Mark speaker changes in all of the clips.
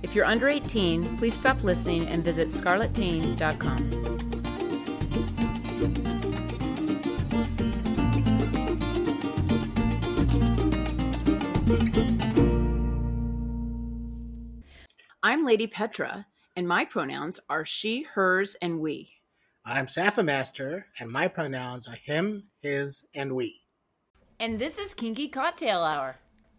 Speaker 1: If you're under 18, please stop listening and visit scarletteen.com. I'm Lady Petra, and my pronouns are she, hers, and we.
Speaker 2: I'm Safa Master, and my pronouns are him, his, and we.
Speaker 1: And this is Kinky Cocktail Hour.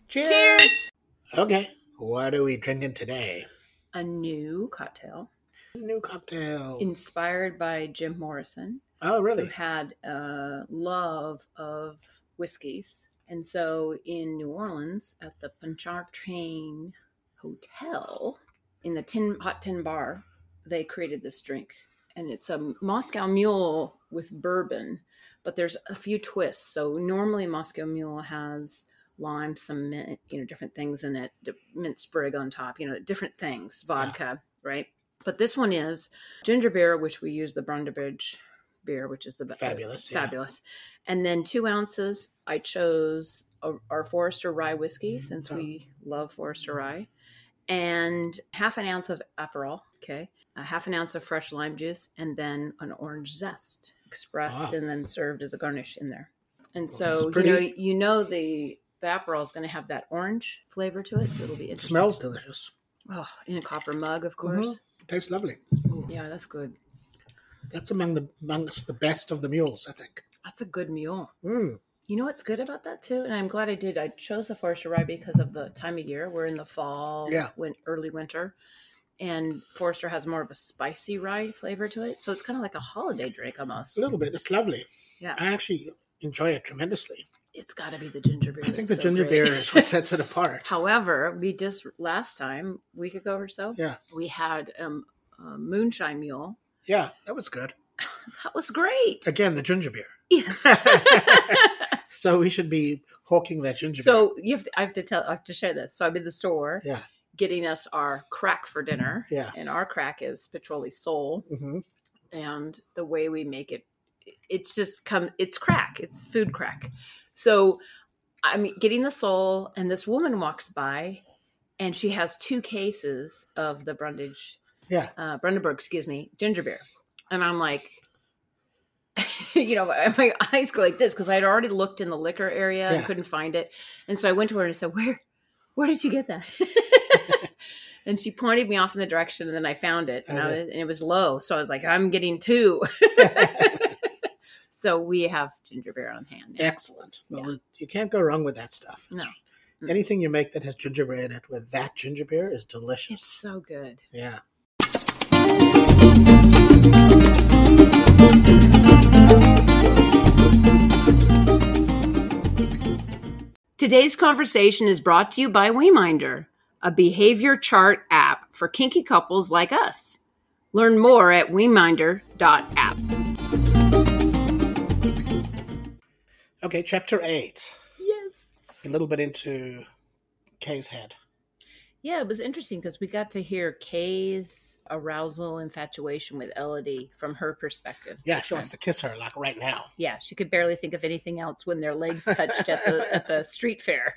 Speaker 2: Cheers!
Speaker 1: Cheers!
Speaker 2: Okay, what are we drinking today?
Speaker 1: A new cocktail
Speaker 2: New cocktail.
Speaker 1: inspired by Jim Morrison,
Speaker 2: oh,
Speaker 1: who
Speaker 2: really?
Speaker 1: had a love of whiskeys. And so in New Orleans at the Pontchartrain Hotel, in the tin hot tin bar, they created this drink. And it's a Moscow mule with bourbon, but there's a few twists. So normally Moscow mule has lime, some mint, you know, different things in it, di- mint sprig on top, you know, different things, vodka, right? But this one is ginger beer, which we use the Brundabridge beer, which is the be-
Speaker 2: Fabulous, yeah.
Speaker 1: fabulous. And then two ounces, I chose a, our Forester rye whiskey since
Speaker 2: Oh.
Speaker 1: we love Forester rye, and half an ounce of Aperol. Okay, a half an ounce of fresh lime juice, and then an orange zest expressed
Speaker 2: Wow.
Speaker 1: and then served as a garnish in there. And
Speaker 2: this
Speaker 1: so
Speaker 2: is
Speaker 1: you know,
Speaker 2: pretty.
Speaker 1: you know the the Aperol is going to have that orange flavor to it, so it'll be
Speaker 2: It
Speaker 1: interesting.
Speaker 2: smells delicious.
Speaker 1: Oh, in a copper mug, of course.
Speaker 2: Mhm. Tastes lovely.
Speaker 1: Yeah, that's good.
Speaker 2: That's among the amongst the best of the mules, I think.
Speaker 1: That's a good mule.
Speaker 2: Mm.
Speaker 1: You know what's good about that too, and I'm glad I did. I chose the Forester rye because of the time of year. We're in the fall,
Speaker 2: Yeah.
Speaker 1: win- early winter, and Forester has more of a spicy rye flavor to it, so it's kind of like a holiday drink almost.
Speaker 2: A little bit. It's lovely.
Speaker 1: Yeah.
Speaker 2: I actually enjoy it tremendously.
Speaker 1: It's got to be the ginger beer.
Speaker 2: I think
Speaker 1: that's
Speaker 2: the
Speaker 1: so
Speaker 2: ginger
Speaker 1: great.
Speaker 2: beer is what sets it apart.
Speaker 1: However, we just last time week ago or so,
Speaker 2: Yeah.
Speaker 1: we had um, a moonshine mule.
Speaker 2: Yeah, that was good.
Speaker 1: That was great.
Speaker 2: Again, the ginger beer.
Speaker 1: Yes.
Speaker 2: so we should be hawking that ginger beer.
Speaker 1: so you have to, I have to tell I have to share this. So I'm in the store,
Speaker 2: Yeah. Mm-hmm.
Speaker 1: getting us our crack for dinner.
Speaker 2: Yeah.
Speaker 1: and our crack is Petroli Soul,
Speaker 2: Mhm.
Speaker 1: and the way we make it, it's just come. It's crack. It's food crack. So I'm getting the soul, and this woman walks by, and she has two cases of the Brundage
Speaker 2: Yeah.
Speaker 1: uh, Brandenburg, excuse me, ginger beer. And I'm like, you know, my, my eyes go like this because I had already looked in the liquor area and
Speaker 2: Yeah.
Speaker 1: couldn't find it. And so I went to her and I said, Where, where did you get that? and she pointed me off in the direction and then I found it. And, I
Speaker 2: Oh, yeah.
Speaker 1: was, and it was low. So I was like, I'm getting two. so we have ginger beer on hand. now.
Speaker 2: Excellent. Well, it- you can't go wrong with that stuff. It's-
Speaker 1: No. Mm.
Speaker 2: Anything you make that has ginger beer in it with that ginger beer
Speaker 1: It's
Speaker 2: is delicious.
Speaker 1: so good.
Speaker 2: Yeah.
Speaker 1: Today's conversation is brought to you by WeMinder, a behavior chart app for kinky couples like us. Learn more at WeMinder.app.
Speaker 2: Okay, chapter eight.
Speaker 1: Yes.
Speaker 2: A little bit into Kay's head.
Speaker 1: Yeah, it was interesting because we got to hear Kay's arousal infatuation with Elodie from her perspective.
Speaker 2: Yeah,
Speaker 1: this
Speaker 2: she
Speaker 1: time.
Speaker 2: wants to kiss her like right now.
Speaker 1: Yeah, she could barely think of anything else when their legs touched at the at the street fair.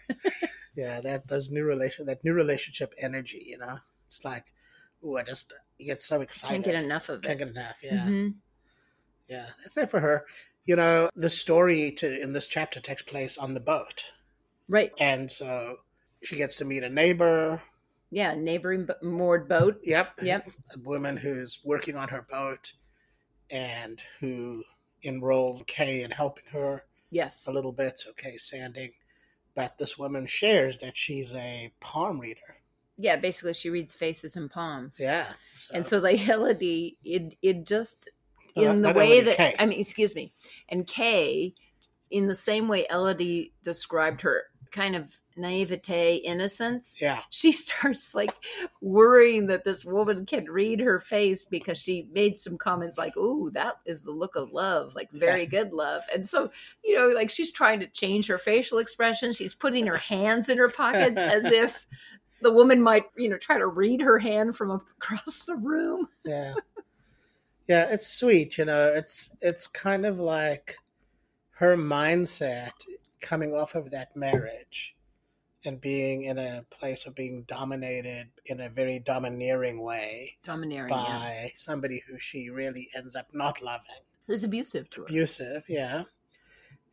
Speaker 2: Yeah, that those new relation that new relationship energy, you know? It's like, ooh, I just you get so excited.
Speaker 1: Can't get enough of
Speaker 2: Can't
Speaker 1: it.
Speaker 2: get enough, yeah.
Speaker 1: Mhm.
Speaker 2: Yeah. That's there for her. You know, the story to in this chapter takes place on the boat.
Speaker 1: Right.
Speaker 2: And so she gets to meet a neighbor.
Speaker 1: Yeah, neighboring bo- moored boat.
Speaker 2: Yep.
Speaker 1: Yep.
Speaker 2: A woman who's working on her boat and who enrolls Kay in helping her
Speaker 1: Yes.
Speaker 2: a little bit. So Kay's sanding. But this woman shares that she's a palm reader.
Speaker 1: Yeah. Basically, she reads faces and palms.
Speaker 2: Yeah.
Speaker 1: And so the Hilady, it it just
Speaker 2: Well,
Speaker 1: in the
Speaker 2: not- not
Speaker 1: way
Speaker 2: Elodie,
Speaker 1: that
Speaker 2: Kay.
Speaker 1: I mean, excuse me, and Kay, in the same way Elodie described her kind of naivete, innocence,
Speaker 2: yeah.
Speaker 1: she starts like worrying that this woman can read her face because she made some comments like, "Ooh, that is the look of love, like very good love." And so, you know, like she's trying to change her facial expression. She's putting her hands in her pockets as if the woman might, you know, try to read her hand from across the room.
Speaker 2: Yeah. yeah, it's sweet, you know. It's it's kind of like her mindset coming off of that marriage and being in a place of being dominated in a very domineering way
Speaker 1: Domineering, yeah.
Speaker 2: by somebody who she really ends up not loving.
Speaker 1: who's abusive to her.
Speaker 2: Abusive, yeah.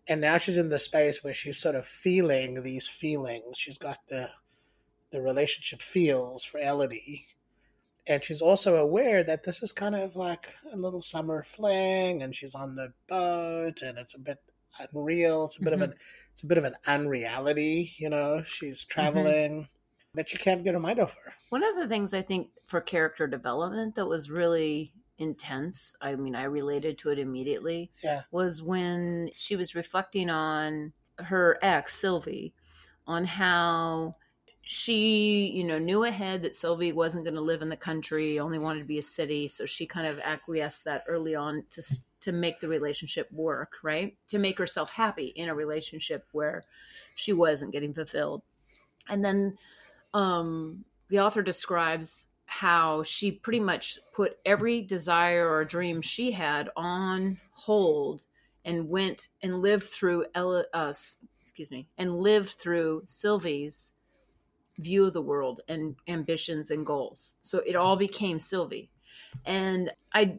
Speaker 2: And now she's in the space where she's sort of feeling these feelings. She's got the the relationship feels for Elodie. And she's also aware that this is kind of like a little summer fling and she's on the boat and it's a bit unreal. It's a bit of an it's a bit of an unreality, you know. She's traveling, but she can't get her mind off her.
Speaker 1: One of the things I think for character development that was really intense, I mean, I related to it immediately,
Speaker 2: Yeah.
Speaker 1: was when she was reflecting on her ex, Sylvie, on how she, you know, knew ahead that Sylvie wasn't going to live in the country, only wanted to be a city, so she kind of acquiesced that early on to s- to make the relationship work, right? To make herself happy in a relationship where she wasn't getting fulfilled. And then um, the author describes how she pretty much put every desire or dream she had on hold and went and lived through Ella, uh, s- excuse me, and lived through Sylvie's view of the world and ambitions and goals. So it all became Sylvie. And I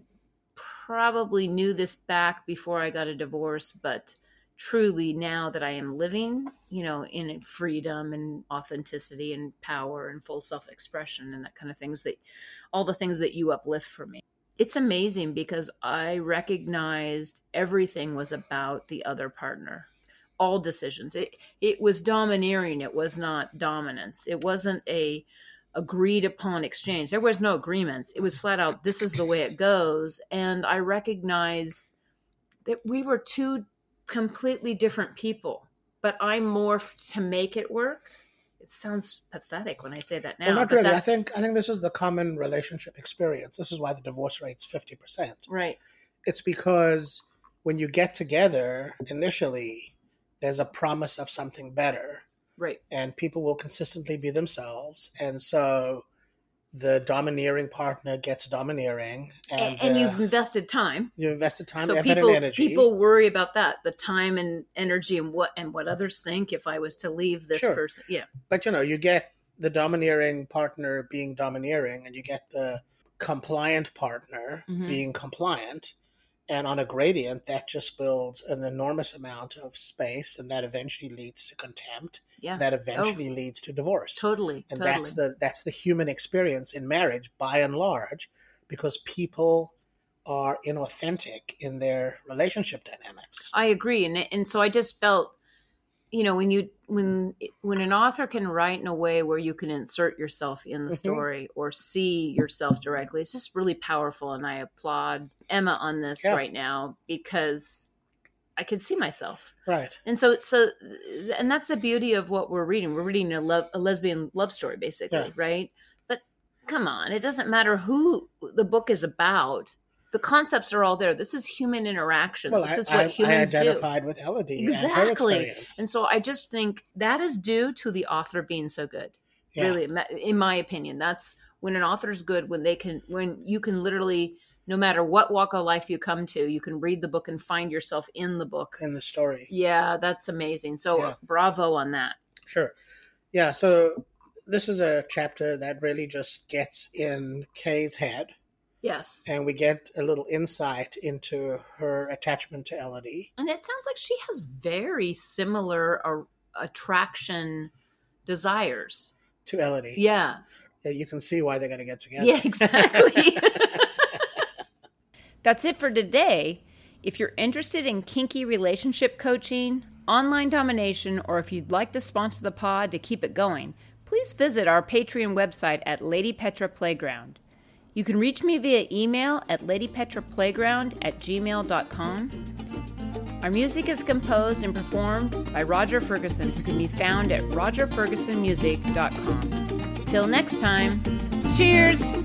Speaker 1: probably knew this back before I got a divorce, but truly now that I am living, you know, in freedom and authenticity and power and full self expression and that kind of things that all the things that you uplift for me. It's amazing because I recognized everything was about the other partner. All decisions. It it was domineering. It was not dominance. It wasn't a agreed upon exchange. There was no agreements. It was flat out this is the way it goes. And I recognize that we were two completely different people, but I morphed to make it work. It sounds pathetic when I say that now.
Speaker 2: well, not
Speaker 1: but
Speaker 2: really. I
Speaker 1: that's-
Speaker 2: think I think this is the common relationship experience. This is why the divorce rate's fifty percent.
Speaker 1: right.
Speaker 2: it's because when you get together initially there's a promise of something better
Speaker 1: Right.
Speaker 2: and people will consistently be themselves and so the domineering partner gets domineering and,
Speaker 1: and, and
Speaker 2: uh,
Speaker 1: you've invested time.
Speaker 2: you invested time
Speaker 1: so
Speaker 2: effort
Speaker 1: people
Speaker 2: and energy
Speaker 1: people worry about that the time and energy and what and what others think if I was to leave this
Speaker 2: Sure.
Speaker 1: person. Yeah,
Speaker 2: but you know you get the domineering partner being domineering and you get the compliant partner
Speaker 1: Mhm.
Speaker 2: being compliant and on a gradient that just builds an enormous amount of space and that eventually leads to contempt
Speaker 1: yeah,
Speaker 2: that eventually leads to divorce.
Speaker 1: totally,
Speaker 2: and
Speaker 1: totally.
Speaker 2: that's the that's the human experience in marriage by and large, because people are inauthentic in their relationship dynamics.
Speaker 1: I agree, and and so I just felt, you know, when you when when an author can write in a way where you can insert yourself in the
Speaker 2: Mhm.
Speaker 1: story or see yourself directly, it's just really powerful, and I applaud Emma on this
Speaker 2: Yeah.
Speaker 1: right now because I could see myself.
Speaker 2: right.
Speaker 1: And so, so, and that's the beauty of what we're reading. We're reading a, love, a lesbian love story, basically,
Speaker 2: Yeah.
Speaker 1: right? But come on, it doesn't matter who the book is about. The concepts are all there. This is human interaction.
Speaker 2: Well,
Speaker 1: this
Speaker 2: I,
Speaker 1: is what
Speaker 2: I, I
Speaker 1: humans do.
Speaker 2: identified with Elodie and her
Speaker 1: Exactly.
Speaker 2: experience.
Speaker 1: And so, I just think that is due to the author being so good.
Speaker 2: Yeah.
Speaker 1: Really, ma- in my opinion, that's when an author's good. When they can, when you can literally, no matter what walk of life you come to, you can read the book and find yourself in the book.
Speaker 2: in the story.
Speaker 1: Yeah, that's amazing. So
Speaker 2: Yeah.
Speaker 1: bravo on that.
Speaker 2: Sure. Yeah, so this is a chapter that really just gets in Kay's head
Speaker 1: Yes.
Speaker 2: and we get a little insight into her attachment to Elodie.
Speaker 1: And it sounds like she has very similar uh, attraction desires.
Speaker 2: To Elodie.
Speaker 1: Yeah.
Speaker 2: Yeah, you can see why they're going to get together.
Speaker 1: Yeah, exactly. That's it for today. If you're interested in kinky relationship coaching, online domination, or if you'd like to sponsor the pod to keep it going, please visit our Patreon website at Lady Petra Playground. You can reach me via email at ladypetraplayground at gmail.com. Our music is composed and performed by Roger Ferguson, who can be found at rogerfergusonmusic.com. Till next time, cheers!